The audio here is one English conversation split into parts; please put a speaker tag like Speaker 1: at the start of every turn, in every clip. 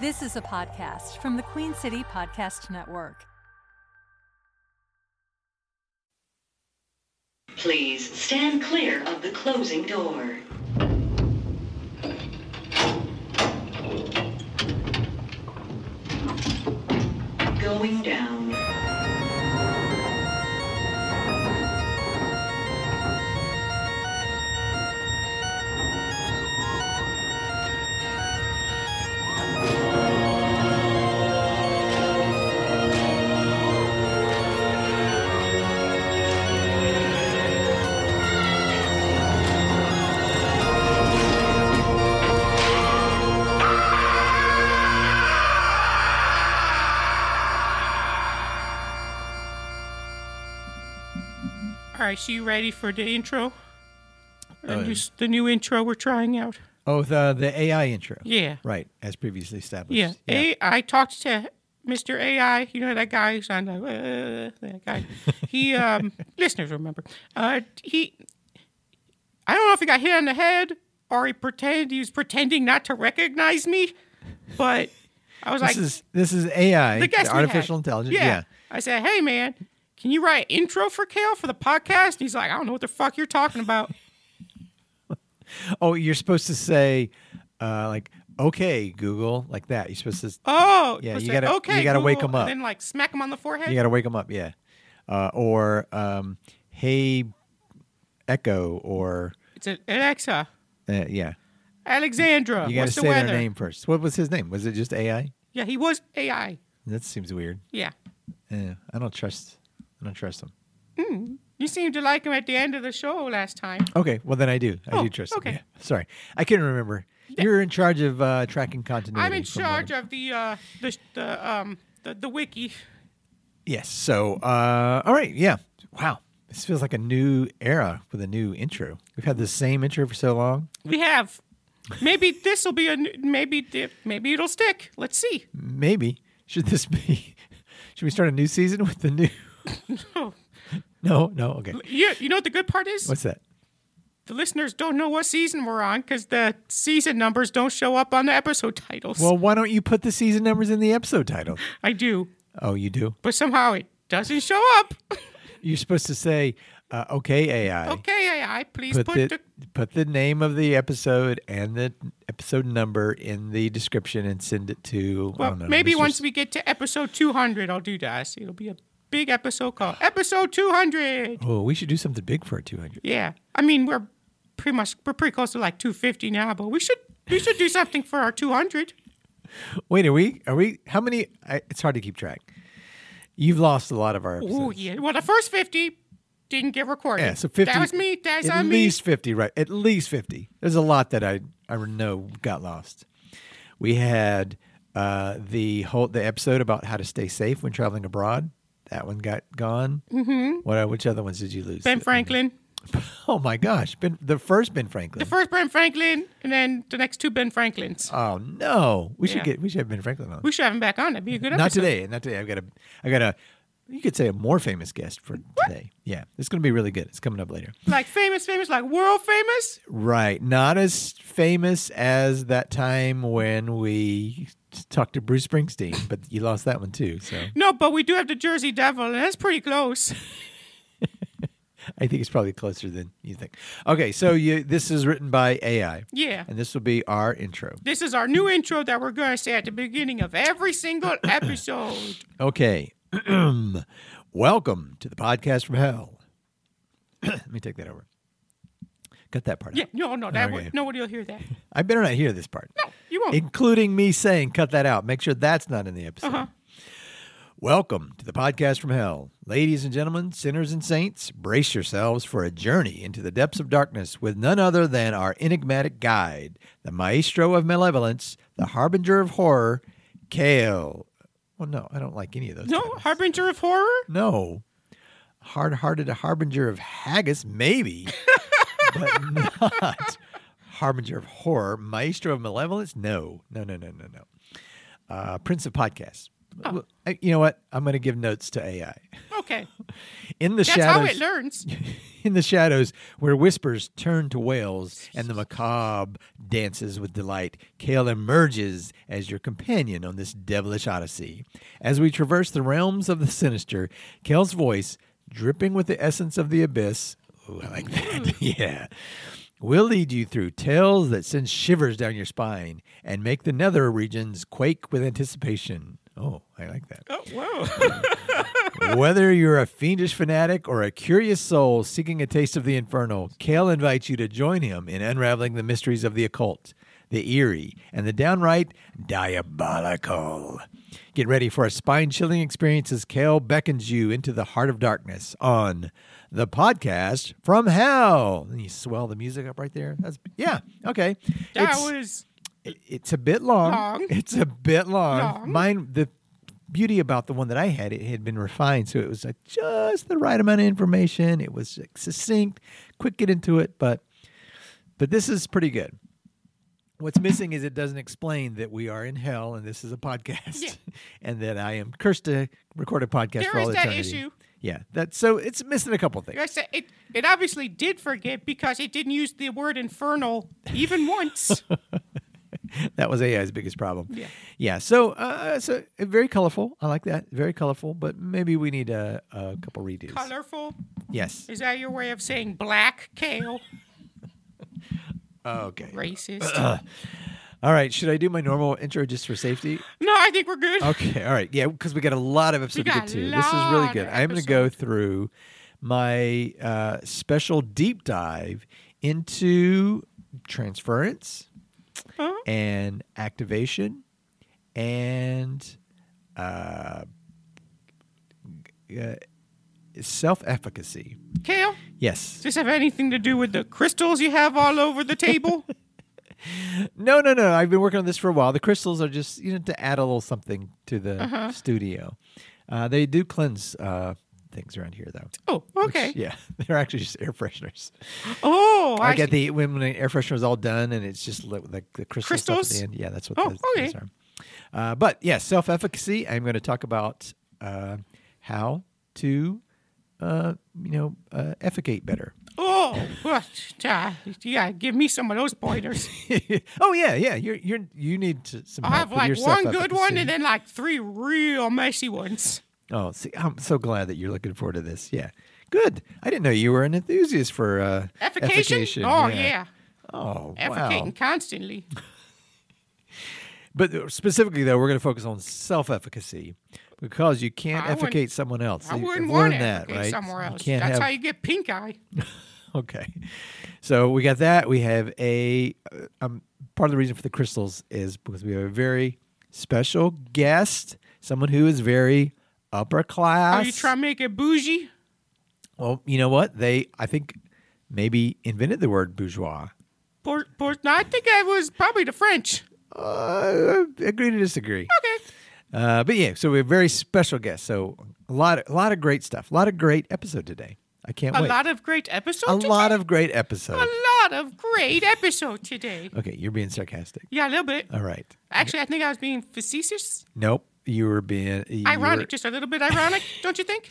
Speaker 1: This is a podcast from the Queen City Podcast Network.
Speaker 2: Please stand clear of the closing door. Going down.
Speaker 3: All right, so you ready for the intro? The,
Speaker 4: Oh,
Speaker 3: new, the new intro we're trying out.
Speaker 4: Oh, the the AI intro.
Speaker 3: Yeah.
Speaker 4: Right, as previously established.
Speaker 3: Yeah. A- I talked to Mr. AI. You know that guy who's on the uh, that guy. He um, listeners remember. Uh, he. I don't know if he got hit on the head or he pretended he was pretending not to recognize me, but I was like,
Speaker 4: This is this is AI,
Speaker 3: the guest we had.
Speaker 4: artificial intelligence. Yeah.
Speaker 3: I said, hey man, can you write an intro for Kale for the podcast? And he's like, I don't know what the fuck you're talking about.
Speaker 4: Oh, you're supposed to say, uh, like, okay, Google, like that. You're supposed to.
Speaker 3: Oh,
Speaker 4: Yeah,
Speaker 3: was
Speaker 4: you
Speaker 3: like,
Speaker 4: gotta- you
Speaker 3: okay,
Speaker 4: gotta
Speaker 3: Google,"
Speaker 4: wake 'em up.
Speaker 3: And then like smack him on the forehead.
Speaker 4: You got to wake them up. Yeah. Uh, or um, hey, Echo, or
Speaker 3: It's a- Alexa,
Speaker 4: uh, yeah.
Speaker 3: Alexandra.
Speaker 4: You got to
Speaker 3: Uh, what's
Speaker 4: say
Speaker 3: the weather?
Speaker 4: their name first. What was his name? Was it just AI?
Speaker 3: Yeah, he was AI.
Speaker 4: That seems weird.
Speaker 3: Yeah,
Speaker 4: Yeah, I don't trust. I don't trust them.
Speaker 3: you seemed to like him at the end of the show last time.
Speaker 4: Okay, well then I do. I
Speaker 3: Oh,
Speaker 4: do trust. them,
Speaker 3: okay.
Speaker 4: yeah. Sorry, I couldn't remember. You're in charge of uh, tracking continuity.
Speaker 3: I'm in
Speaker 4: from one
Speaker 3: charge of the uh, the the um the, the wiki.
Speaker 4: Yes. So, uh, all right. Yeah. Wow. This feels like a new era with a new intro. We've had the same intro for so long.
Speaker 3: We have. Maybe this will be a n- maybe di- maybe it'll stick. Let's see.
Speaker 4: Maybe should this be? Should we start a new season with the new?
Speaker 3: Oh,
Speaker 4: No. No. Okay.
Speaker 3: you, you know what the good part is?
Speaker 4: What's that?
Speaker 3: The listeners don't know what season we're on because the season numbers don't show up on the episode titles.
Speaker 4: Well, why don't you put the season numbers in the episode title?
Speaker 3: I do,
Speaker 4: Oh, you do.
Speaker 3: but somehow it doesn't show up.
Speaker 4: You're supposed to say, uh, "Okay, AI."
Speaker 3: Okay, AI, please
Speaker 4: Put
Speaker 3: put,
Speaker 4: the,
Speaker 3: the,
Speaker 4: put the name of the episode and the episode number in the description and send it to. I
Speaker 3: well,
Speaker 4: don't know,
Speaker 3: maybe
Speaker 4: Mr.
Speaker 3: once we get to episode 200, I'll do that. So It'll be a big episode called episode 200.
Speaker 4: Oh, we should do something big for our 200.
Speaker 3: Yeah, I mean we're pretty much we're pretty close to like 250 now, but we should we should do something for our 200.
Speaker 4: Wait, are we? Are we? How many? I, it's hard to keep track. You've lost a lot of our episodes.
Speaker 3: Oh yeah, well the first 50 didn't get recorded.
Speaker 4: Yeah, so fifty.
Speaker 3: That was me. That's
Speaker 4: at
Speaker 3: on
Speaker 4: least fifty, right? At least fifty. There's a lot that I I know got lost. We had uh, the whole the episode about how to stay safe when traveling abroad. That one got gone. Mm-hmm. What? Which other ones did you lose?
Speaker 3: me. Ben Franklin,
Speaker 4: Oh my gosh, Ben the first Ben Franklin.
Speaker 3: the first Ben Franklin, and then the next two Ben Franklins.
Speaker 4: oh no, we
Speaker 3: Yeah.
Speaker 4: should get we should have Ben Franklin on.
Speaker 3: we should have him back on. That'd be a good episode.
Speaker 4: Not today. Not today. I've got a, I got a, you could say a more famous guest for today. Yeah, it's going to be really good. It's coming up later.
Speaker 3: Like famous, famous, like world famous.
Speaker 4: Right. Not as famous as that time when we talked to Bruce Springsteen, but you lost that one too. So
Speaker 3: No, but we do have the Jersey Devil, and that's pretty close.
Speaker 4: I think it's probably closer than you think. Okay, so you this is written by AI,
Speaker 3: Yeah.
Speaker 4: and this will be our intro.
Speaker 3: This is our new intro that we're going to say at the beginning of every single episode.
Speaker 4: Okay. Welcome to the podcast from hell. Let me take that over. Cut that part out.
Speaker 3: Yeah, no, no, that
Speaker 4: Okay.
Speaker 3: would, nobody will hear that.
Speaker 4: I better not hear this part.
Speaker 3: No, Oh. you won't.
Speaker 4: including me saying cut that out. Make sure that's not in the episode.
Speaker 3: Uh-huh.
Speaker 4: Welcome to the podcast from hell. Ladies and gentlemen, sinners and saints, brace yourselves for a journey into the depths of darkness with none other than our enigmatic guide, the maestro of malevolence, the harbinger of horror, Kale. Well, no, I don't like any of those.
Speaker 3: no,
Speaker 4: titles.
Speaker 3: Harbinger of Horror?
Speaker 4: No. Hard hearted harbinger of haggis, maybe, but not harbinger of horror. Maestro of malevolence, no. No, no, no, no, no. Uh, Prince of podcasts.
Speaker 3: Oh.
Speaker 4: I- You know what? I'm going to give notes to AI.
Speaker 3: Okay.
Speaker 4: In the
Speaker 3: That's how it
Speaker 4: shadows,
Speaker 3: learns.
Speaker 4: in the shadows, where whispers turn to wails and the macabre dances with delight, Kale emerges as your companion on this devilish odyssey. As we traverse the realms of the sinister, Kale's voice, dripping with the essence of the abyss, ooh, I like that. yeah. Will lead you through tales that send shivers down your spine and make the nether regions quake with anticipation. Oh, I like that.
Speaker 3: Oh, whoa.
Speaker 4: Whether you're a fiendish fanatic or a curious soul seeking a taste of the infernal, Kale invites you to join him in unraveling the mysteries of the occult, the eerie, and the downright diabolical. Get ready for a spine chilling experience as Kale beckons you into the heart of darkness on the podcast from hell. And you swell the music up right there. That's yeah, okay.
Speaker 3: that
Speaker 4: It's-
Speaker 3: was
Speaker 4: it- it's a bit long.
Speaker 3: Long.
Speaker 4: It's a bit long.
Speaker 3: Long.
Speaker 4: Mine the beauty about the one that I had, it had been refined, so it was like just the right amount of information. It was like, succinct, quick get into it, but but this is pretty good. What's missing is it doesn't explain that we are in hell and this is a podcast,
Speaker 3: Yeah.
Speaker 4: and that I am cursed to record a podcast
Speaker 3: There
Speaker 4: for all
Speaker 3: is that
Speaker 4: eternity.
Speaker 3: issue.
Speaker 4: Yeah, that's so it's missing a couple things.
Speaker 3: I said it. It obviously did forget because it didn't use the word infernal even once.
Speaker 4: that was AI's biggest problem.
Speaker 3: Yeah.
Speaker 4: Yeah. So, uh, so uh, very colorful. I like that. Very colorful, but maybe we need a, a couple redos.
Speaker 3: Colorful.
Speaker 4: Yes.
Speaker 3: Is that your way of saying black kale?
Speaker 4: Okay. Uh.
Speaker 3: Racist.
Speaker 4: All right. Should I do my normal intro just for safety?
Speaker 3: no, I think we're good.
Speaker 4: Okay. All right. Yeah, because we got a lot of episodes to
Speaker 3: got
Speaker 4: get
Speaker 3: a
Speaker 4: to. This is really
Speaker 3: lot
Speaker 4: good.
Speaker 3: of
Speaker 4: I'm going to go through my uh, special deep dive into transference
Speaker 3: Uh-huh.
Speaker 4: and activation and uh, self efficacy.
Speaker 3: Kale,
Speaker 4: Yes.
Speaker 3: does this have anything to do with the crystals you have all over the table?
Speaker 4: No, no, no. I've been working on this for a while. The crystals are just you know to add a little something to the
Speaker 3: Uh-huh.
Speaker 4: studio. Uh, they do cleanse uh, things around here though.
Speaker 3: oh,
Speaker 4: Which,
Speaker 3: okay.
Speaker 4: yeah, they're actually just air fresheners.
Speaker 3: Oh,
Speaker 4: I,
Speaker 3: I,
Speaker 4: get
Speaker 3: see.
Speaker 4: the when the air freshener is all done and it's just lit with the, the crystal stuff at
Speaker 3: Crystals?
Speaker 4: the end. Yeah, that's what
Speaker 3: Oh,
Speaker 4: those,
Speaker 3: okay.
Speaker 4: those are. Uh, but yeah, self efficacy. I'm going to talk about uh, how to uh, you know uh, efficate better.
Speaker 3: Oh, what? Uh, yeah, give me some of those pointers.
Speaker 4: oh yeah, yeah. You're you're you need to, some
Speaker 3: I'll
Speaker 4: help
Speaker 3: have
Speaker 4: with your
Speaker 3: like one good one
Speaker 4: self-efficacy.
Speaker 3: and then like three real messy ones.
Speaker 4: Oh, see, I'm so glad that you're looking forward to this. Yeah, good. I didn't know you were an enthusiast for uh,
Speaker 3: Effication?
Speaker 4: effication.
Speaker 3: Oh, yeah.
Speaker 4: Oh,
Speaker 3: Efficating
Speaker 4: wow.
Speaker 3: constantly.
Speaker 4: But uh, specifically, though, we're going to focus on self-efficacy because you can't
Speaker 3: I wouldn't-
Speaker 4: effecate someone else.
Speaker 3: I
Speaker 4: You-
Speaker 3: wouldn't
Speaker 4: I've
Speaker 3: want
Speaker 4: learned
Speaker 3: to
Speaker 4: that,
Speaker 3: Effocate
Speaker 4: right?
Speaker 3: somewhere
Speaker 4: You
Speaker 3: else.
Speaker 4: can't
Speaker 3: That's
Speaker 4: have-
Speaker 3: how you get pink eye.
Speaker 4: Okay. So we got that. We have a uh, um, part of the reason for the crystals is because we have a very special guest, someone who is very upper class.
Speaker 3: Are you trying to make it bougie?
Speaker 4: Well, you know what? They, I think, maybe invented the word bourgeois.
Speaker 3: Port, port, no, I think that was probably the French.
Speaker 4: Uh, agree to disagree.
Speaker 3: Okay.
Speaker 4: Uh, but yeah, so we have a very special guest. So a lot, a lot of great stuff. A lot of great episode today. I can't
Speaker 3: A
Speaker 4: wait.
Speaker 3: lot of great episodes.
Speaker 4: a
Speaker 3: today?
Speaker 4: lot of great episode.
Speaker 3: A lot of great episode today.
Speaker 4: Okay, you're being sarcastic.
Speaker 3: Yeah, a little bit.
Speaker 4: All right.
Speaker 3: Actually, I think I was being facetious,
Speaker 4: Nope. You were being you were-
Speaker 3: ironic, just a little bit ironic, don't you think?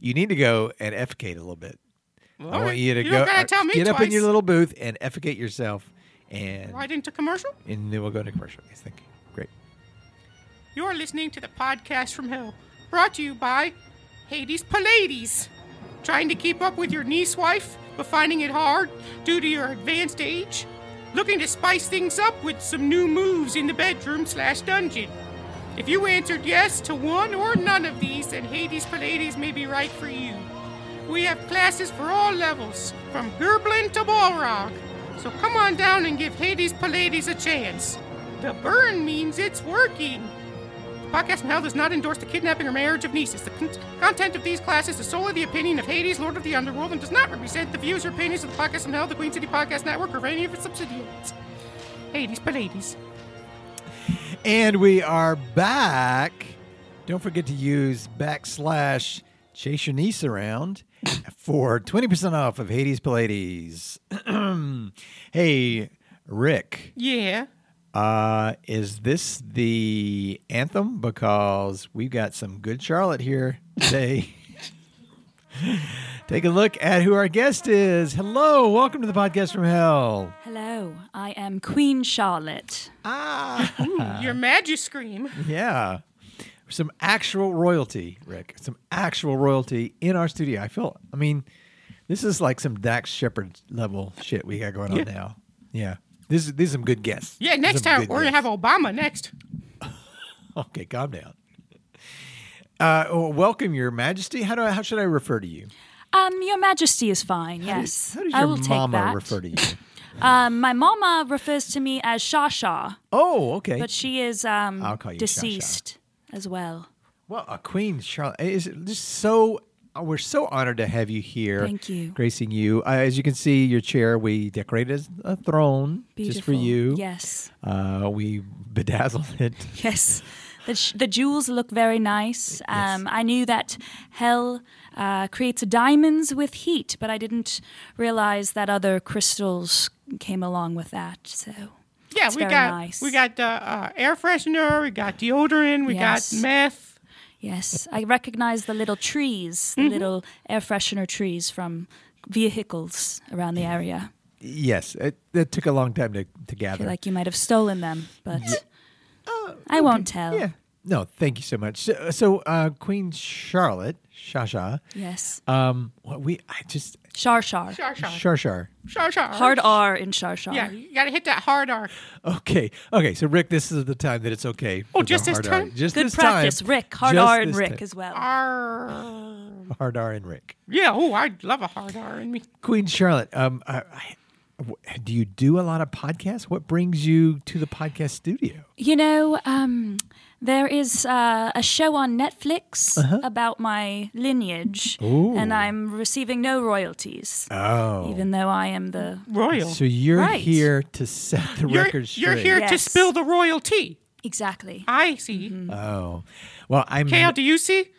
Speaker 4: you need to go and effecate a little bit. I
Speaker 3: All
Speaker 4: want
Speaker 3: right.
Speaker 4: you to
Speaker 3: You
Speaker 4: go uh,
Speaker 3: don't gotta tell me
Speaker 4: get up in
Speaker 3: twice.
Speaker 4: your little booth and effecate yourself, and
Speaker 3: Right into commercial.
Speaker 4: and then we'll go to commercial. Yes, thank you. Great.
Speaker 3: You're listening to the podcast from Hell, brought to you by Hades Pallades. Trying to keep up with your niece wife, but finding it hard due to your advanced age? Looking to spice things up with some new moves in the bedroom slash dungeon? If you answered yes to one or none of these, then Hades Pallades may be right for you. We have classes for all levels, from Gerblin to Balrog. So come on down and give Hades Pallades a chance. The burn means it's working. The podcast from Hell does not endorse the kidnapping or marriage of nieces. The con- content of these classes is solely the opinion of Hades, Lord of the Underworld, and does not represent the views or opinions of the podcast from Hell, the Queen City Podcast Network, or any of its subsidiaries. Hades Pallades.
Speaker 4: And we are back. Don't forget to use backslash chase your niece around for 20% off of Hades Pallades. hey, Rick,
Speaker 3: Yeah.
Speaker 4: Uh, is this the anthem? Because we've got some good Charlotte here today. Take a look at who our guest is. Hello, welcome to the podcast from hell.
Speaker 5: Hello, I am Queen Charlotte.
Speaker 4: Ah,
Speaker 5: Uh,
Speaker 3: Your magic scream.
Speaker 4: yeah. Some actual royalty, Rick. Some actual royalty in our studio. I feel. I mean, this is like some Dax Shepard level shit we got going on now. Yeah. This is these are some good guests.
Speaker 3: Yeah, next
Speaker 4: Some
Speaker 3: time
Speaker 4: good
Speaker 3: we're gonna
Speaker 4: guests.
Speaker 3: have Obama next.
Speaker 4: Okay, calm down. Uh, oh, welcome, Your Majesty. How do I, how should I refer to you?
Speaker 5: Um, Your Majesty is fine. Yes,
Speaker 4: How does
Speaker 5: I
Speaker 4: your
Speaker 5: will take
Speaker 4: mama
Speaker 5: that.
Speaker 4: refer to you?
Speaker 5: Um, my mama refers to me as Shasha,
Speaker 4: Oh, okay.
Speaker 5: but she is um
Speaker 4: I'll call you Shasha.
Speaker 5: deceased as well.
Speaker 4: well, a Queen Charlotte it is just so. uh, We're so honored to have you here.
Speaker 5: Thank you.
Speaker 4: gracing you. Uh, as you can see, your chair we decorated as a throne
Speaker 5: Beautiful.
Speaker 4: just for you.
Speaker 5: Yes,
Speaker 4: Uh, we bedazzled it.
Speaker 5: yes. The, sh- the jewels look very nice. Um, I knew that hell uh, creates diamonds with heat, but I didn't realize that other crystals came along with that. So
Speaker 3: Yeah,
Speaker 5: It's
Speaker 3: we
Speaker 5: very
Speaker 3: got
Speaker 5: nice.
Speaker 3: we got the uh, air freshener, we got deodorant, we
Speaker 5: Yes.
Speaker 3: got meth.
Speaker 5: Yes, I recognize the little trees,
Speaker 4: Mm-hmm.
Speaker 5: the little air freshener trees from vehicles around the area.
Speaker 4: Yes, it, it took a long time to, to
Speaker 5: I feel
Speaker 4: gather.
Speaker 5: like you might have stolen them, but I won't tell.
Speaker 4: Oh, yeah. No, thank you so much. So, so uh, Queen Charlotte, Shasha.
Speaker 5: Yes.
Speaker 4: Um, what we I just
Speaker 5: Shar Shar.
Speaker 3: Shar shar.
Speaker 4: Shar Shar.
Speaker 3: Shar shar.
Speaker 5: Hard R in Shar Shar.
Speaker 3: Yeah, you gotta hit that hard R.
Speaker 4: Okay, okay. So Rick, this is the time that it's okay.
Speaker 3: Oh,
Speaker 4: for the
Speaker 3: just this
Speaker 4: hard R.
Speaker 3: time?
Speaker 4: Just
Speaker 5: Good
Speaker 4: this
Speaker 5: practice,
Speaker 4: time.
Speaker 5: Rick. Hard
Speaker 4: Just
Speaker 5: R and
Speaker 4: this
Speaker 5: Rick
Speaker 4: time.
Speaker 5: as well.
Speaker 3: R.
Speaker 4: Hard R and Rick.
Speaker 3: Yeah, oh, I'd love a hard R in me.
Speaker 4: Queen Charlotte. Um, I, I, w- do you do a lot of podcasts? What brings you to the podcast studio?
Speaker 5: You know, um, there is uh, a show on Netflix
Speaker 4: Uh-huh.
Speaker 5: about my lineage, and I'm receiving no royalties,
Speaker 4: Oh,
Speaker 5: even though I am the.
Speaker 3: Royal.
Speaker 4: so you're
Speaker 5: Right.
Speaker 4: here to set the
Speaker 3: you're,
Speaker 4: record straight.
Speaker 3: you're here to
Speaker 5: Yes. Mm-hmm.
Speaker 3: spill the royal tea.
Speaker 5: Exactly.
Speaker 3: I see.
Speaker 4: Oh, well, I'm.
Speaker 3: Kale, do you see?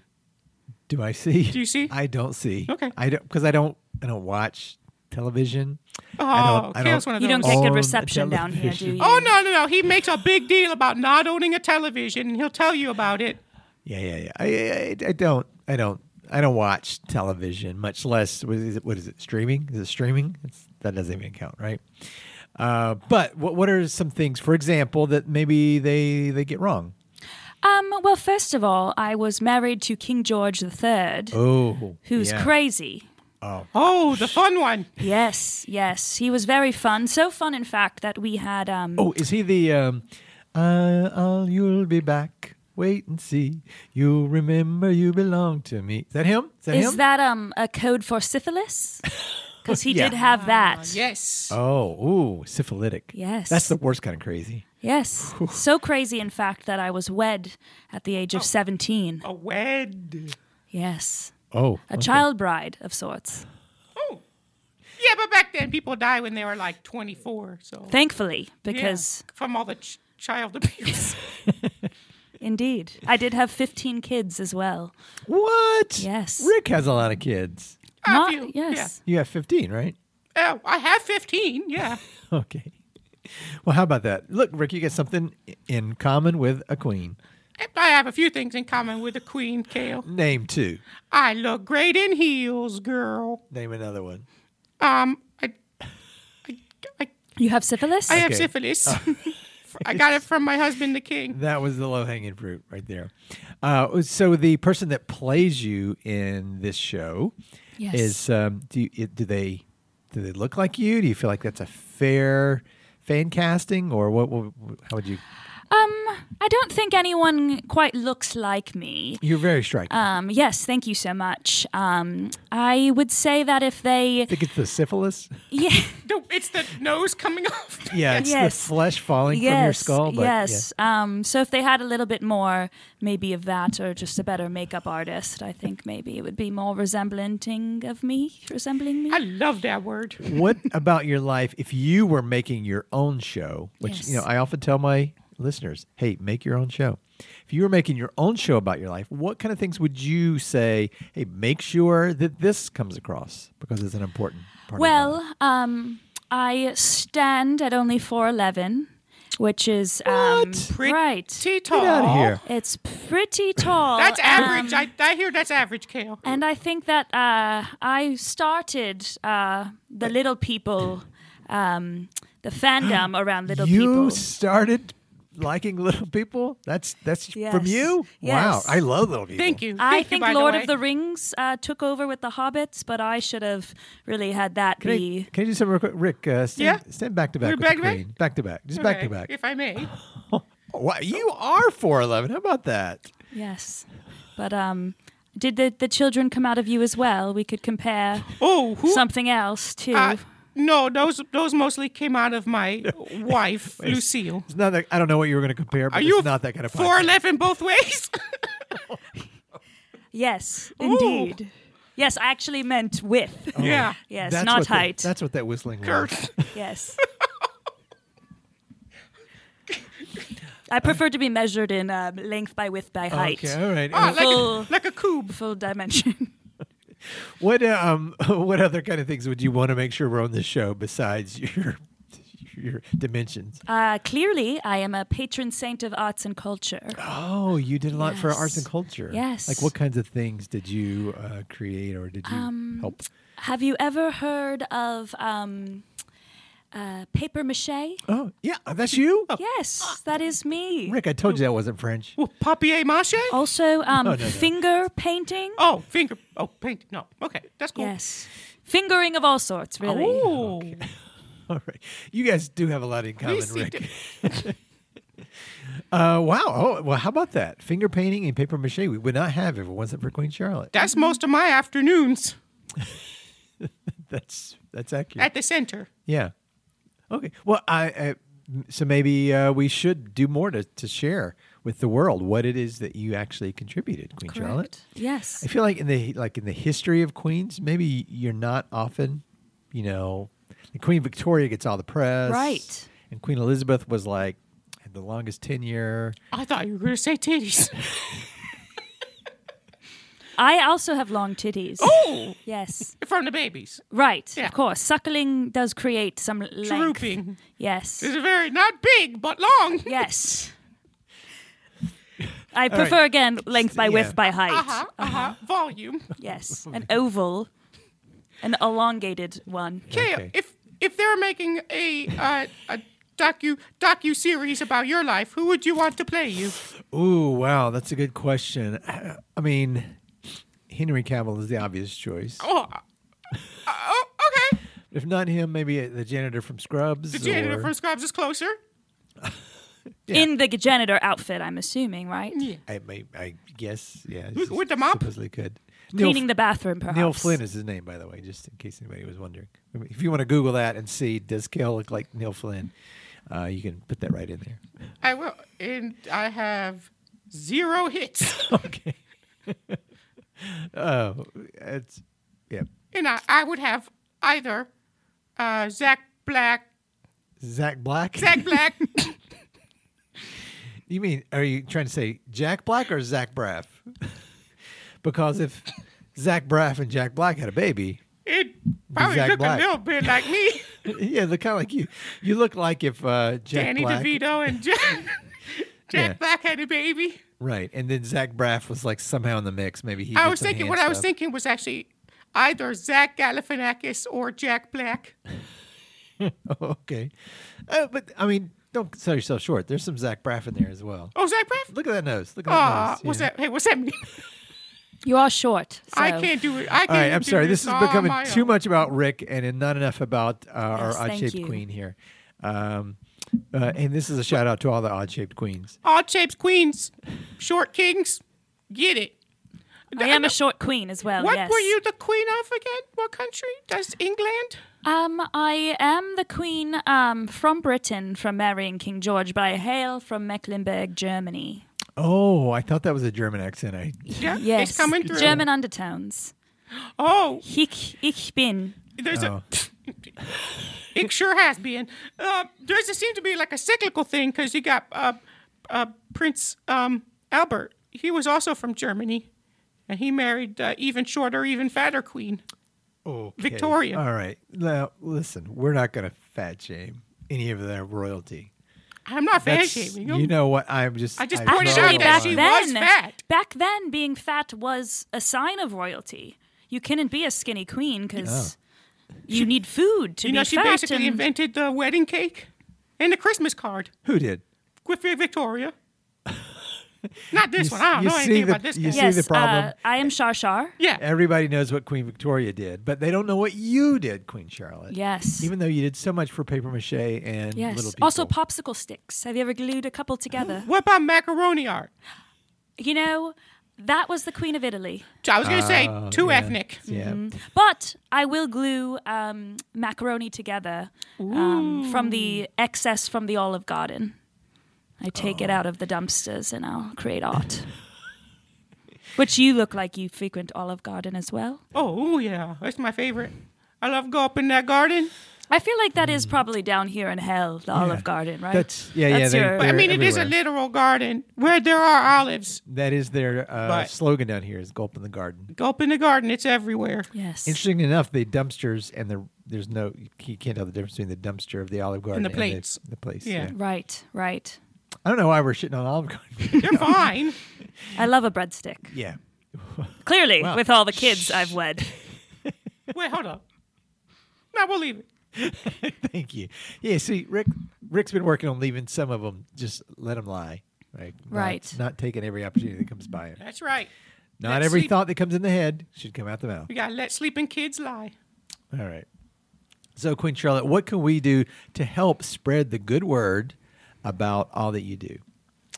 Speaker 4: do I see? Do
Speaker 3: you see?
Speaker 4: I don't see.
Speaker 3: Okay.
Speaker 4: I don't because I don't. I don't watch television.
Speaker 3: Oh,
Speaker 4: don't- I
Speaker 3: Kale's
Speaker 4: don't-
Speaker 3: one of
Speaker 5: You
Speaker 3: those.
Speaker 5: don't get
Speaker 4: Own
Speaker 5: good
Speaker 4: the
Speaker 5: reception down here, do
Speaker 4: television.
Speaker 5: you?
Speaker 3: Oh no, no, no! He makes a big deal about not owning a television, and he'll tell you about it.
Speaker 4: Yeah, yeah, yeah. I, I, I don't, I don't, I don't watch television, much less what is it? What is it? Streaming? Is it streaming? It's, that doesn't even count, right? Uh, but what what are some things, for example, that maybe they they get wrong?
Speaker 5: Um, well, first of all, I was married to King George III,
Speaker 4: Oh,
Speaker 5: who's
Speaker 4: yeah.
Speaker 5: crazy.
Speaker 3: Oh, the fun one.
Speaker 5: Yes, yes. He was very fun. So fun, in fact, that we had. Um,
Speaker 4: Oh, is he the? Um, uh, oh, you'll be back. Wait and see. You'll remember you belong to me. Is that him? Oh, Is that
Speaker 5: is
Speaker 4: him?
Speaker 5: that um, a code for syphilis? Because he
Speaker 4: Yeah.
Speaker 5: did have that.
Speaker 3: Yes.
Speaker 4: oh, ooh, syphilitic.
Speaker 5: Yes.
Speaker 4: That's the worst kind of crazy.
Speaker 5: Yes. So crazy, in fact, that I was wed at the age of 17.
Speaker 3: A wed.
Speaker 5: Yes.
Speaker 4: Oh,
Speaker 5: A child bride of sorts.
Speaker 3: Oh. Yeah, but back then people die when they were like 24. So
Speaker 5: Thankfully,
Speaker 3: Yeah,
Speaker 5: because
Speaker 3: from all the ch- child abuse.
Speaker 5: indeed, I did have 15 kids as well.
Speaker 4: What?
Speaker 5: Yes.
Speaker 4: Rick has a lot of kids.
Speaker 3: A
Speaker 5: Not-
Speaker 3: few,
Speaker 5: yes.
Speaker 4: You have 15, right?
Speaker 3: Oh, I have 15. Yeah.
Speaker 4: Okay. Well, how about that? Look, Rick, you get something i- in common with a queen.
Speaker 3: I have a few things in common with the queen, Kale.
Speaker 4: Name two.
Speaker 3: I look great in heels, girl.
Speaker 4: Name another one.
Speaker 3: Um, I, I, I,
Speaker 5: You have syphilis?
Speaker 3: I have
Speaker 4: Okay. Uh.
Speaker 3: syphilis. I got it from my husband, the king.
Speaker 4: That was the low hanging fruit right there. Uh, so the person that plays you in this show
Speaker 5: Yes.
Speaker 4: is um, do you, it- do they do they look like you? Do you feel like that's a fair fan casting, or what? what how would you?
Speaker 5: I don't think anyone quite looks like me.
Speaker 4: You're very striking.
Speaker 5: Um, yes, thank you so much. Um, I would say that if they,
Speaker 4: I think it's the syphilis.
Speaker 5: yeah,
Speaker 3: No, It's the nose coming off.
Speaker 4: Yeah, it's
Speaker 5: Yes.
Speaker 4: the flesh falling from your
Speaker 5: yes,
Speaker 4: skull. But yeah.
Speaker 5: yes. Um, so if they had a little bit more, maybe of that, or just a better makeup artist, I think maybe it would be more resembling of me, resembling me.
Speaker 3: I love that word.
Speaker 4: what about your life if you were making your own show which you know
Speaker 5: Yes.
Speaker 4: i often tell my listeners hey make your own show if you were making your own show about your life what kind of things would you say hey make sure that this comes across because it's an important part of your life.
Speaker 5: Well, um, I stand at only four eleven. which is um,
Speaker 3: Pretty
Speaker 5: right.
Speaker 3: tall.
Speaker 4: Get out of here.
Speaker 5: It's pretty tall.
Speaker 3: That's
Speaker 5: um,
Speaker 3: average. I, I hear that's average, Kale.
Speaker 5: And I think that uh, I started uh, the Little People, um, the fandom around Little
Speaker 4: you
Speaker 5: People.
Speaker 4: started liking little people? That's that's from
Speaker 5: Yes.
Speaker 4: you? Wow.
Speaker 5: Yes.
Speaker 4: I love little people.
Speaker 3: Thank you.
Speaker 5: I
Speaker 3: Thank you,
Speaker 5: think
Speaker 3: by
Speaker 5: Lord
Speaker 3: the
Speaker 5: of the Rings uh, took over with the Hobbits, but I should have really had that
Speaker 4: Can
Speaker 5: be.
Speaker 4: I, can I do something real quick? Rick, uh, stand,
Speaker 3: Yeah?
Speaker 4: stand back to back.
Speaker 3: We're
Speaker 4: with
Speaker 3: back
Speaker 4: the
Speaker 3: to back?
Speaker 4: Queen. Back to back. Just
Speaker 3: Okay,
Speaker 4: back to back.
Speaker 3: If I may.
Speaker 4: Wow, you are 4'11. How about that?
Speaker 5: Yes, but um, did the the children come out of you as well? We could compare
Speaker 3: Oh, who?
Speaker 5: something else too.
Speaker 3: uh, no, those those mostly came out of my wife, Lucille.
Speaker 4: It's not that, I don't know what you were going to compare, but
Speaker 3: Are you
Speaker 4: it's not that kind of podcast.
Speaker 3: 4'11 both ways?
Speaker 5: yes,
Speaker 3: Ooh.
Speaker 5: indeed. Yes, I actually meant width.
Speaker 4: Oh.
Speaker 3: yeah.
Speaker 5: Yes,
Speaker 4: That's
Speaker 5: not
Speaker 4: what the-
Speaker 5: height.
Speaker 4: that's what that whistling was.
Speaker 3: Kurt.
Speaker 5: yes. I prefer to be measured in um, length by width by height.
Speaker 4: Okay, all right.
Speaker 3: Ah,
Speaker 4: And
Speaker 3: like,
Speaker 5: Full-
Speaker 3: a, like a cube.
Speaker 5: Full dimension.
Speaker 4: What um what other kind of things would you want to make sure were on this show besides your your dimensions?
Speaker 5: Uh, clearly, I am a patron saint of arts and culture.
Speaker 4: Oh, you did a lot for arts and
Speaker 5: Yes.
Speaker 4: culture.
Speaker 5: Yes.
Speaker 4: Like what kinds of things did you uh, create or did you
Speaker 5: Um,
Speaker 4: help?
Speaker 5: Have you ever heard of um, uh, paper mache?
Speaker 4: Oh, yeah, that's you? Oh,
Speaker 5: Yes, that is me.
Speaker 4: Rick, I told you that wasn't French.
Speaker 3: Well, papier mache? Oh.
Speaker 5: Also, um,
Speaker 4: no.
Speaker 5: finger painting.
Speaker 3: finger. Oh, paint. No. Okay, that's cool.
Speaker 5: Yes, fingering of all sorts, really.
Speaker 3: Oh.
Speaker 4: All right. You guys do have a lot in common,
Speaker 3: Please see
Speaker 4: Rick. uh, wow. Oh, well, how about that? Finger painting and paper mache. We would not have if it wasn't for Queen Charlotte.
Speaker 3: That's most of my afternoons
Speaker 4: That's that's accurate.
Speaker 3: at the center.
Speaker 4: Yeah. Okay. Well, I, I so maybe uh, we should do more to, to share with the world what it is that you actually contributed, Queen Charlotte.
Speaker 5: Yes.
Speaker 4: I feel like in the like in the history of Queens, maybe you're not often, you know, like Queen Victoria gets all the press,
Speaker 5: Right.
Speaker 4: And Queen Elizabeth was like had the longest tenure.
Speaker 3: I thought you were going to say titties.
Speaker 5: I also have long titties.
Speaker 3: oh,
Speaker 5: Yes.
Speaker 3: from the babies.
Speaker 5: Right.
Speaker 3: Yeah.
Speaker 5: Of course. Suckling does create some length.
Speaker 3: Drooping.
Speaker 5: Yes.
Speaker 3: It's very, not big, but long.
Speaker 5: yes. I prefer again length by
Speaker 4: Yeah.
Speaker 5: width by height.
Speaker 3: Uh-huh, uh-huh. Volume.
Speaker 5: Yes, an oval, an elongated one.
Speaker 3: Okay.
Speaker 4: Okay.
Speaker 3: If if they're making a uh, a docu docu series about your life, who would you want to play you?
Speaker 4: Ooh, wow, that's a good question. I mean, Henry Cavill is the obvious choice.
Speaker 3: Oh, uh, oh okay.
Speaker 4: If not him, maybe the janitor from Scrubs.
Speaker 3: The janitor
Speaker 4: or-
Speaker 3: from Scrubs is closer.
Speaker 5: In the janitor outfit, I'm assuming, right?
Speaker 4: I, may, I guess, yeah.
Speaker 3: With-
Speaker 4: sus-
Speaker 3: with the mop?
Speaker 4: Supposedly could.
Speaker 5: Cleaning the bathroom, perhaps.
Speaker 4: Neil Flynn is his name, by the way, just in case anybody was wondering. If you want to Google that and see, does Kale look like Neil Flynn? Uh, you can put that right in there.
Speaker 3: I will, and I have zero hits,
Speaker 4: Okay. Oh, it's, yeah.
Speaker 3: and I, I would have either uh, Zach Black,
Speaker 4: Zach Black?
Speaker 3: Zach Black,
Speaker 4: You mean, are you trying to say Jack Black or Zach Braff? because if Zach Braff and Jack Black had a baby,
Speaker 3: it probably
Speaker 4: Zach
Speaker 3: look
Speaker 4: Black.
Speaker 3: a little bit like me,
Speaker 4: yeah, they're kind of like you. You look like if uh, Jack
Speaker 3: Danny
Speaker 4: Black.
Speaker 3: DeVito, and Jack, Jack
Speaker 4: Yeah.
Speaker 3: Black had a baby.
Speaker 4: Right. And then Zach Braff was like somehow in the mix. Maybe he.
Speaker 3: I
Speaker 4: did
Speaker 3: was
Speaker 4: some
Speaker 3: thinking
Speaker 4: hand
Speaker 3: what I was
Speaker 4: stuff.
Speaker 3: thinking was actually either Zach Galifianakis or Jack Black.
Speaker 4: okay. Uh, but I mean, don't sell yourself short. There's some Zach Braff in there as well.
Speaker 3: Oh, Zach Braff.
Speaker 4: Look at that nose. Look at that
Speaker 3: Ah,
Speaker 4: nose.
Speaker 3: what's
Speaker 4: yeah.
Speaker 3: that? Hey, what's that mean?
Speaker 5: You are short. So.
Speaker 3: I can't do it. I can't.
Speaker 4: All right, I'm
Speaker 3: do
Speaker 4: sorry. This is
Speaker 3: on
Speaker 4: becoming
Speaker 3: my
Speaker 4: too
Speaker 3: own.
Speaker 4: much about Rick and then not enough about uh, our
Speaker 5: Yes, thank
Speaker 4: odd-shaped
Speaker 5: you.
Speaker 4: queen here. Um, uh, and this is a shout out to all the odd-shaped queens.
Speaker 3: Odd shapes, queens, short kings. Get it. Uh,
Speaker 5: I am a short queen as well.
Speaker 3: What
Speaker 5: yes.
Speaker 3: were you the queen of again? What country? That's England.
Speaker 5: Um, I am the queen um, from Britain, from marrying King George, but I hail from Mecklenburg, Germany.
Speaker 4: Oh, I thought that was a German accent. I
Speaker 3: Yeah,
Speaker 5: Yes,
Speaker 3: it's coming through.
Speaker 5: German undertones.
Speaker 3: Oh,
Speaker 5: Ich, ich bin.
Speaker 3: there's
Speaker 4: Oh.
Speaker 3: a. it sure has been. Uh, there's a seems to be like a cyclical thing because you got uh, uh, Prince um, Albert. He was also from Germany, and he married uh, even shorter, even fatter queen.
Speaker 4: Okay.
Speaker 3: Victoria.
Speaker 4: All right. Now, listen, we're not going to fat shame any of their royalty.
Speaker 3: I'm not fat
Speaker 4: That's-
Speaker 3: shaming.
Speaker 4: you know what? I'm just.
Speaker 3: I just
Speaker 4: feel
Speaker 3: pointed
Speaker 5: Actually,
Speaker 3: out that
Speaker 5: back
Speaker 3: she
Speaker 5: then,
Speaker 3: was fat.
Speaker 5: back then, being fat was a sign of royalty. You couldn't be a skinny queen because you need food to
Speaker 3: You
Speaker 5: be
Speaker 3: know, she
Speaker 5: fat.
Speaker 3: basically
Speaker 5: and-
Speaker 3: invented the wedding cake and the Christmas card.
Speaker 4: Who did?
Speaker 3: with Victoria. Not this
Speaker 4: You
Speaker 3: one. I
Speaker 4: s- you
Speaker 3: don't know
Speaker 4: see
Speaker 3: anything
Speaker 4: the-
Speaker 3: about this
Speaker 4: you
Speaker 3: guy.
Speaker 4: see-
Speaker 5: yes,
Speaker 4: the problem?
Speaker 5: Uh, I am Shar Shar.
Speaker 3: yeah.
Speaker 4: Everybody knows what Queen Victoria did, but they don't know what you did, Queen Charlotte.
Speaker 5: Yes.
Speaker 4: Even though you did so much for paper mache and little
Speaker 5: Yes.
Speaker 4: people.
Speaker 5: Also, popsicle sticks. Have you ever glued a couple together?
Speaker 3: What about macaroni art?
Speaker 5: you know, that was the Queen of Italy.
Speaker 3: So I was going to say too
Speaker 4: Oh, yeah.
Speaker 3: ethnic.
Speaker 4: Yeah.
Speaker 5: Mm-hmm. But I will glue um, macaroni together um, from the excess from the Olive Garden. I take
Speaker 4: Oh.
Speaker 5: it out of the dumpsters and I'll create art. Which you look like you frequent Olive Garden as well.
Speaker 3: Oh ooh, yeah, that's my favorite. I love go up in that garden.
Speaker 5: I feel like that is probably down here in hell, the Olive Garden, right?
Speaker 4: Mm. That's- yeah, yeah,
Speaker 5: That's
Speaker 4: they-
Speaker 5: your-
Speaker 3: But I
Speaker 4: They're
Speaker 3: mean, it is a
Speaker 4: everywhere.
Speaker 3: literal garden where there are olives.
Speaker 4: That is their uh,
Speaker 3: But-
Speaker 4: slogan down here: is "Gulp in the Garden."
Speaker 3: Go up in the garden; it's everywhere.
Speaker 5: yes.
Speaker 4: Interesting enough, the dumpsters and the there's no you can't tell the difference between the dumpster of the Olive Garden
Speaker 3: the plates.
Speaker 4: the, place.
Speaker 3: Yeah.
Speaker 5: Right, right.
Speaker 4: I don't know why we're shitting on Olive Garden.
Speaker 3: They're fine.
Speaker 5: I love a breadstick.
Speaker 4: yeah.
Speaker 5: Clearly, with all the kids I've wed.
Speaker 3: Wait, hold up. No, we'll leave it.
Speaker 4: Thank you. Yeah. See, Rick. Rick's been working on leaving some of them. Just let them lie. Right. Not-
Speaker 5: Right.
Speaker 4: Not, taking every opportunity that comes by.
Speaker 3: That's right.
Speaker 4: Not
Speaker 3: Let
Speaker 4: every
Speaker 3: sleep-
Speaker 4: thought that comes in the head should come out the mouth.
Speaker 3: We gotta let sleeping kids lie.
Speaker 4: All right. So, Queen Charlotte, what can we do to help spread the good word about all that you do?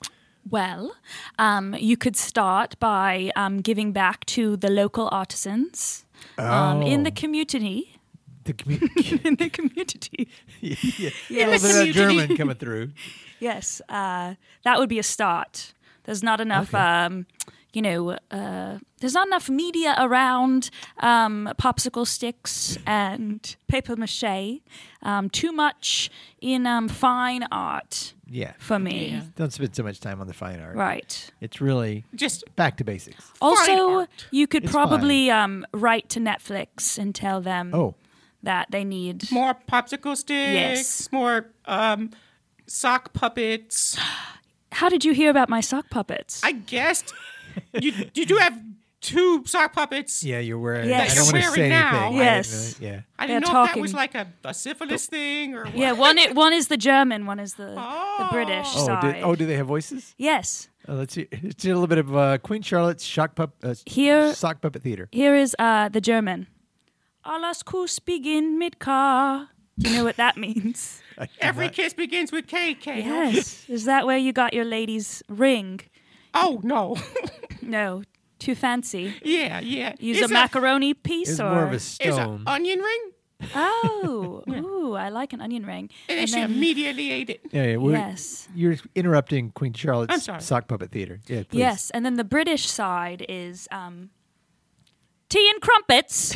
Speaker 5: Well, um, you could start by um, giving back to the local artisans um, in the community.
Speaker 4: The community.
Speaker 5: in the community.
Speaker 4: yeah.
Speaker 5: Yeah.
Speaker 4: A little bit of that
Speaker 5: Community.
Speaker 4: German coming through.
Speaker 5: Yes, uh, that would be a start. There's not enough, um, you know, uh, there's not enough media around um, popsicle sticks and paper mache. Um, too much in um, fine art
Speaker 4: Yeah.
Speaker 5: for me.
Speaker 4: Don't spend so much time on the fine art.
Speaker 5: Right.
Speaker 4: It's really
Speaker 3: Just
Speaker 4: back to basics.
Speaker 5: Also,
Speaker 3: art.
Speaker 5: you could
Speaker 4: It's
Speaker 5: probably um, write to Netflix and tell them
Speaker 4: Oh,
Speaker 5: that they need
Speaker 3: more popsicle sticks.
Speaker 5: Yes.
Speaker 3: More um, sock puppets.
Speaker 5: How did you hear about my sock puppets?
Speaker 3: I guessed. you you do have two sock puppets.
Speaker 4: yeah, you're wearing.
Speaker 5: Yes.
Speaker 4: I
Speaker 5: You're
Speaker 4: don't want to
Speaker 3: wearing
Speaker 4: say
Speaker 3: now.
Speaker 4: anything. I didn't
Speaker 5: Yes.
Speaker 4: really- yeah.
Speaker 3: I didn't know
Speaker 5: They're
Speaker 3: if that was like
Speaker 5: talking.
Speaker 3: a, a syphilis thing or what.
Speaker 5: yeah, one i- one is the German, one is the, the British
Speaker 4: Oh,
Speaker 5: side.
Speaker 4: do, oh, do they have voices?
Speaker 5: yes.
Speaker 4: Uh, let's see. Let's see a little bit of uh, Queen Charlotte's shock pup, uh,
Speaker 5: Here-
Speaker 4: sock puppet theater.
Speaker 5: Here is uh, the German. Alles Kuss begin mit K. Do you know what that means?
Speaker 3: Every kiss begins with KK.
Speaker 5: yes. Is that where you got your lady's ring?
Speaker 3: Oh no.
Speaker 5: No, too fancy.
Speaker 3: yeah, yeah.
Speaker 5: Use
Speaker 3: It's
Speaker 5: a macaroni piece
Speaker 4: It's
Speaker 5: or
Speaker 4: more of a
Speaker 3: It's
Speaker 4: stone.
Speaker 3: an
Speaker 5: uh,
Speaker 3: onion ring,
Speaker 5: oh, ooh, I like an onion ring.
Speaker 3: and,
Speaker 5: And
Speaker 3: she
Speaker 5: then-
Speaker 3: immediately ate it.
Speaker 4: Yeah, yeah, we're-
Speaker 5: Yes.
Speaker 4: You're interrupting Queen
Speaker 3: I'm
Speaker 4: Charlotte's
Speaker 3: sorry.
Speaker 4: sock puppet theater. Yeah, please.
Speaker 5: Yes, and then the British side is um, tea and crumpets.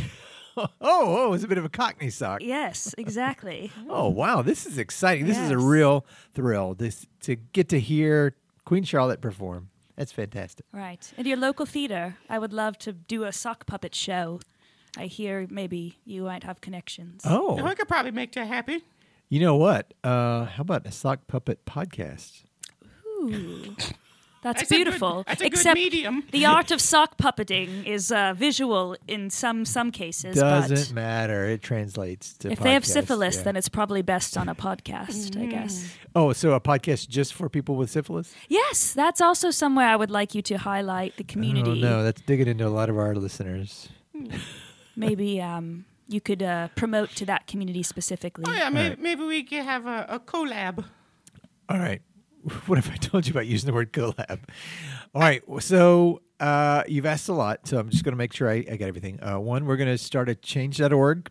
Speaker 4: Oh, oh, it's a bit of a cockney sock.
Speaker 5: yes, exactly.
Speaker 4: Oh, wow, this is exciting. This is a
Speaker 5: Yes.
Speaker 4: real thrill. This to get to hear Queen Charlotte perform. That's fantastic.
Speaker 5: right. At your local theater, I would love to do a sock puppet show. I hear maybe you might have connections.
Speaker 3: Oh.
Speaker 4: Oh,
Speaker 3: I could probably make that happen.
Speaker 4: you know what? Uh, how about a sock puppet podcast?
Speaker 5: Ooh. That's,
Speaker 3: That's a good-
Speaker 5: beautiful.
Speaker 3: that's a good
Speaker 5: Except
Speaker 3: medium.
Speaker 5: the art of sock puppeting is uh, visual in some some cases,
Speaker 4: Doesn't
Speaker 5: but
Speaker 4: matter. It translates to.
Speaker 5: if they have
Speaker 4: podcast,
Speaker 5: syphilis,
Speaker 4: yeah.
Speaker 5: then it's probably best on a podcast,
Speaker 3: Mm-hmm.
Speaker 5: I guess.
Speaker 4: oh, so a podcast just for people with syphilis?
Speaker 5: Yes, that's also somewhere I would like you to highlight the
Speaker 4: Oh
Speaker 5: community.
Speaker 4: no, that's digging into a lot of our listeners.
Speaker 5: maybe um, you could uh, promote to that community specifically.
Speaker 3: Oh yeah, maybe, maybe we could have a, a collab.
Speaker 4: All right. What if I told you about using the word collab? All right. So uh, you've asked a lot. So I'm just going to make sure I, I got everything. Uh, one, we're going to start at change.org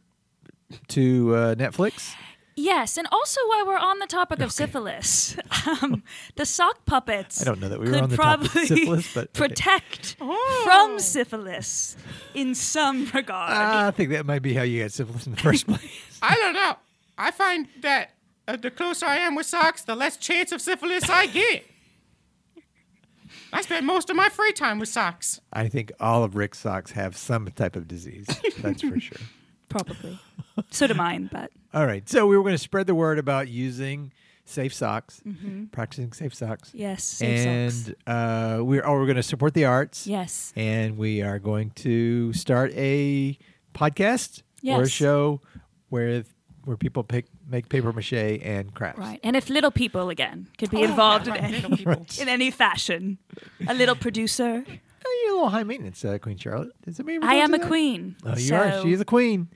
Speaker 4: to uh, Netflix.
Speaker 5: Yes, and also while we're on the topic of syphilis, um, the sock puppets.
Speaker 4: I don't know that we were
Speaker 5: could
Speaker 4: on the topic
Speaker 5: probably
Speaker 4: of syphilis, but okay.
Speaker 5: protect
Speaker 3: Oh.
Speaker 5: from syphilis in some regard.
Speaker 3: Uh.
Speaker 4: Ah, I think that might be how you got syphilis in the first place.
Speaker 3: I don't know. I find that uh, the closer I am with socks, the less chance of syphilis I get. I spend most of my free time with socks.
Speaker 4: I think all of Rick's socks have some type of disease. That's for sure.
Speaker 5: Probably. So do mine, but
Speaker 4: All right. So we were going to spread the word about using safe socks, practicing safe socks.
Speaker 5: Yes. Safe
Speaker 4: and
Speaker 5: socks.
Speaker 4: Uh, we're oh, we're going to support the arts.
Speaker 5: Yes.
Speaker 4: And we are going to start a podcast or a
Speaker 5: Yes.
Speaker 4: show where where people pick make paper mache and crafts.
Speaker 5: Right. And if little people again could
Speaker 3: Oh,
Speaker 5: be involved in, any,
Speaker 3: Little people.
Speaker 5: in any fashion, a little producer.
Speaker 4: Oh, you're a little high maintenance, uh, Queen Charlotte. Does it mean we're
Speaker 5: I
Speaker 4: going
Speaker 5: am
Speaker 4: to
Speaker 5: a
Speaker 4: that?
Speaker 5: queen.
Speaker 4: Oh, you
Speaker 5: so
Speaker 4: are. She is a queen.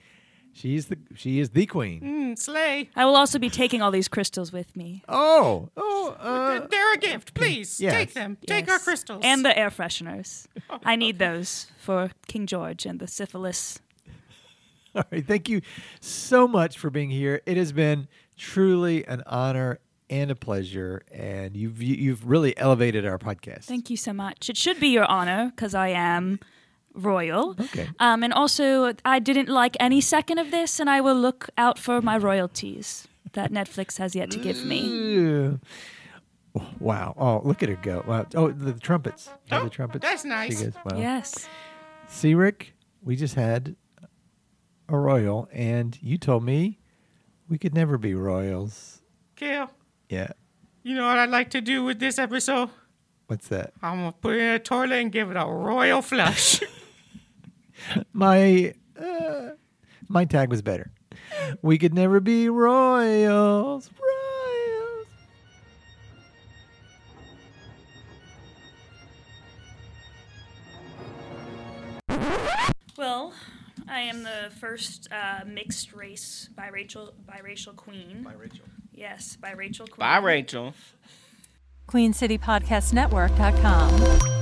Speaker 4: She's the she is the queen.
Speaker 3: Mm, slay.
Speaker 5: I will also be taking all these crystals with me.
Speaker 4: Oh, oh, uh,
Speaker 3: Th- They're a gift. Please
Speaker 4: yes.
Speaker 3: take them. Take our
Speaker 5: Yes.
Speaker 3: crystals.
Speaker 5: And the air fresheners. I need those for King George and the syphilis.
Speaker 4: All right. Thank you so much for being here. It has been truly an honor and a pleasure, and you've you've really elevated our podcast.
Speaker 5: Thank you so much. It should be your honor because I am royal.
Speaker 4: Okay.
Speaker 5: Um, and also, I didn't like any second of this, and I will look out for my royalties that Netflix has yet to give me.
Speaker 4: you. Wow! Oh, look at her go! Wow. Oh, the trumpets! Hear
Speaker 3: Oh,
Speaker 4: the trumpets.
Speaker 3: that's
Speaker 4: She
Speaker 3: nice.
Speaker 4: goes, wow.
Speaker 5: Yes.
Speaker 4: See, Rick, we just had a royal, and you told me we could never be royals.
Speaker 3: Gail,
Speaker 4: Yeah.
Speaker 3: you know what I'd like to do with this episode?
Speaker 4: What's that?
Speaker 3: I'm gonna put it in a toilet and give it a royal flush.
Speaker 4: My uh, my tag was better. We could never be royals. Royals.
Speaker 5: Well, I am the first uh, mixed race biracial biracial queen. Biracial. Yes, biracial queen.
Speaker 3: Rachel.
Speaker 1: QueenCityPodcastNetwork.com.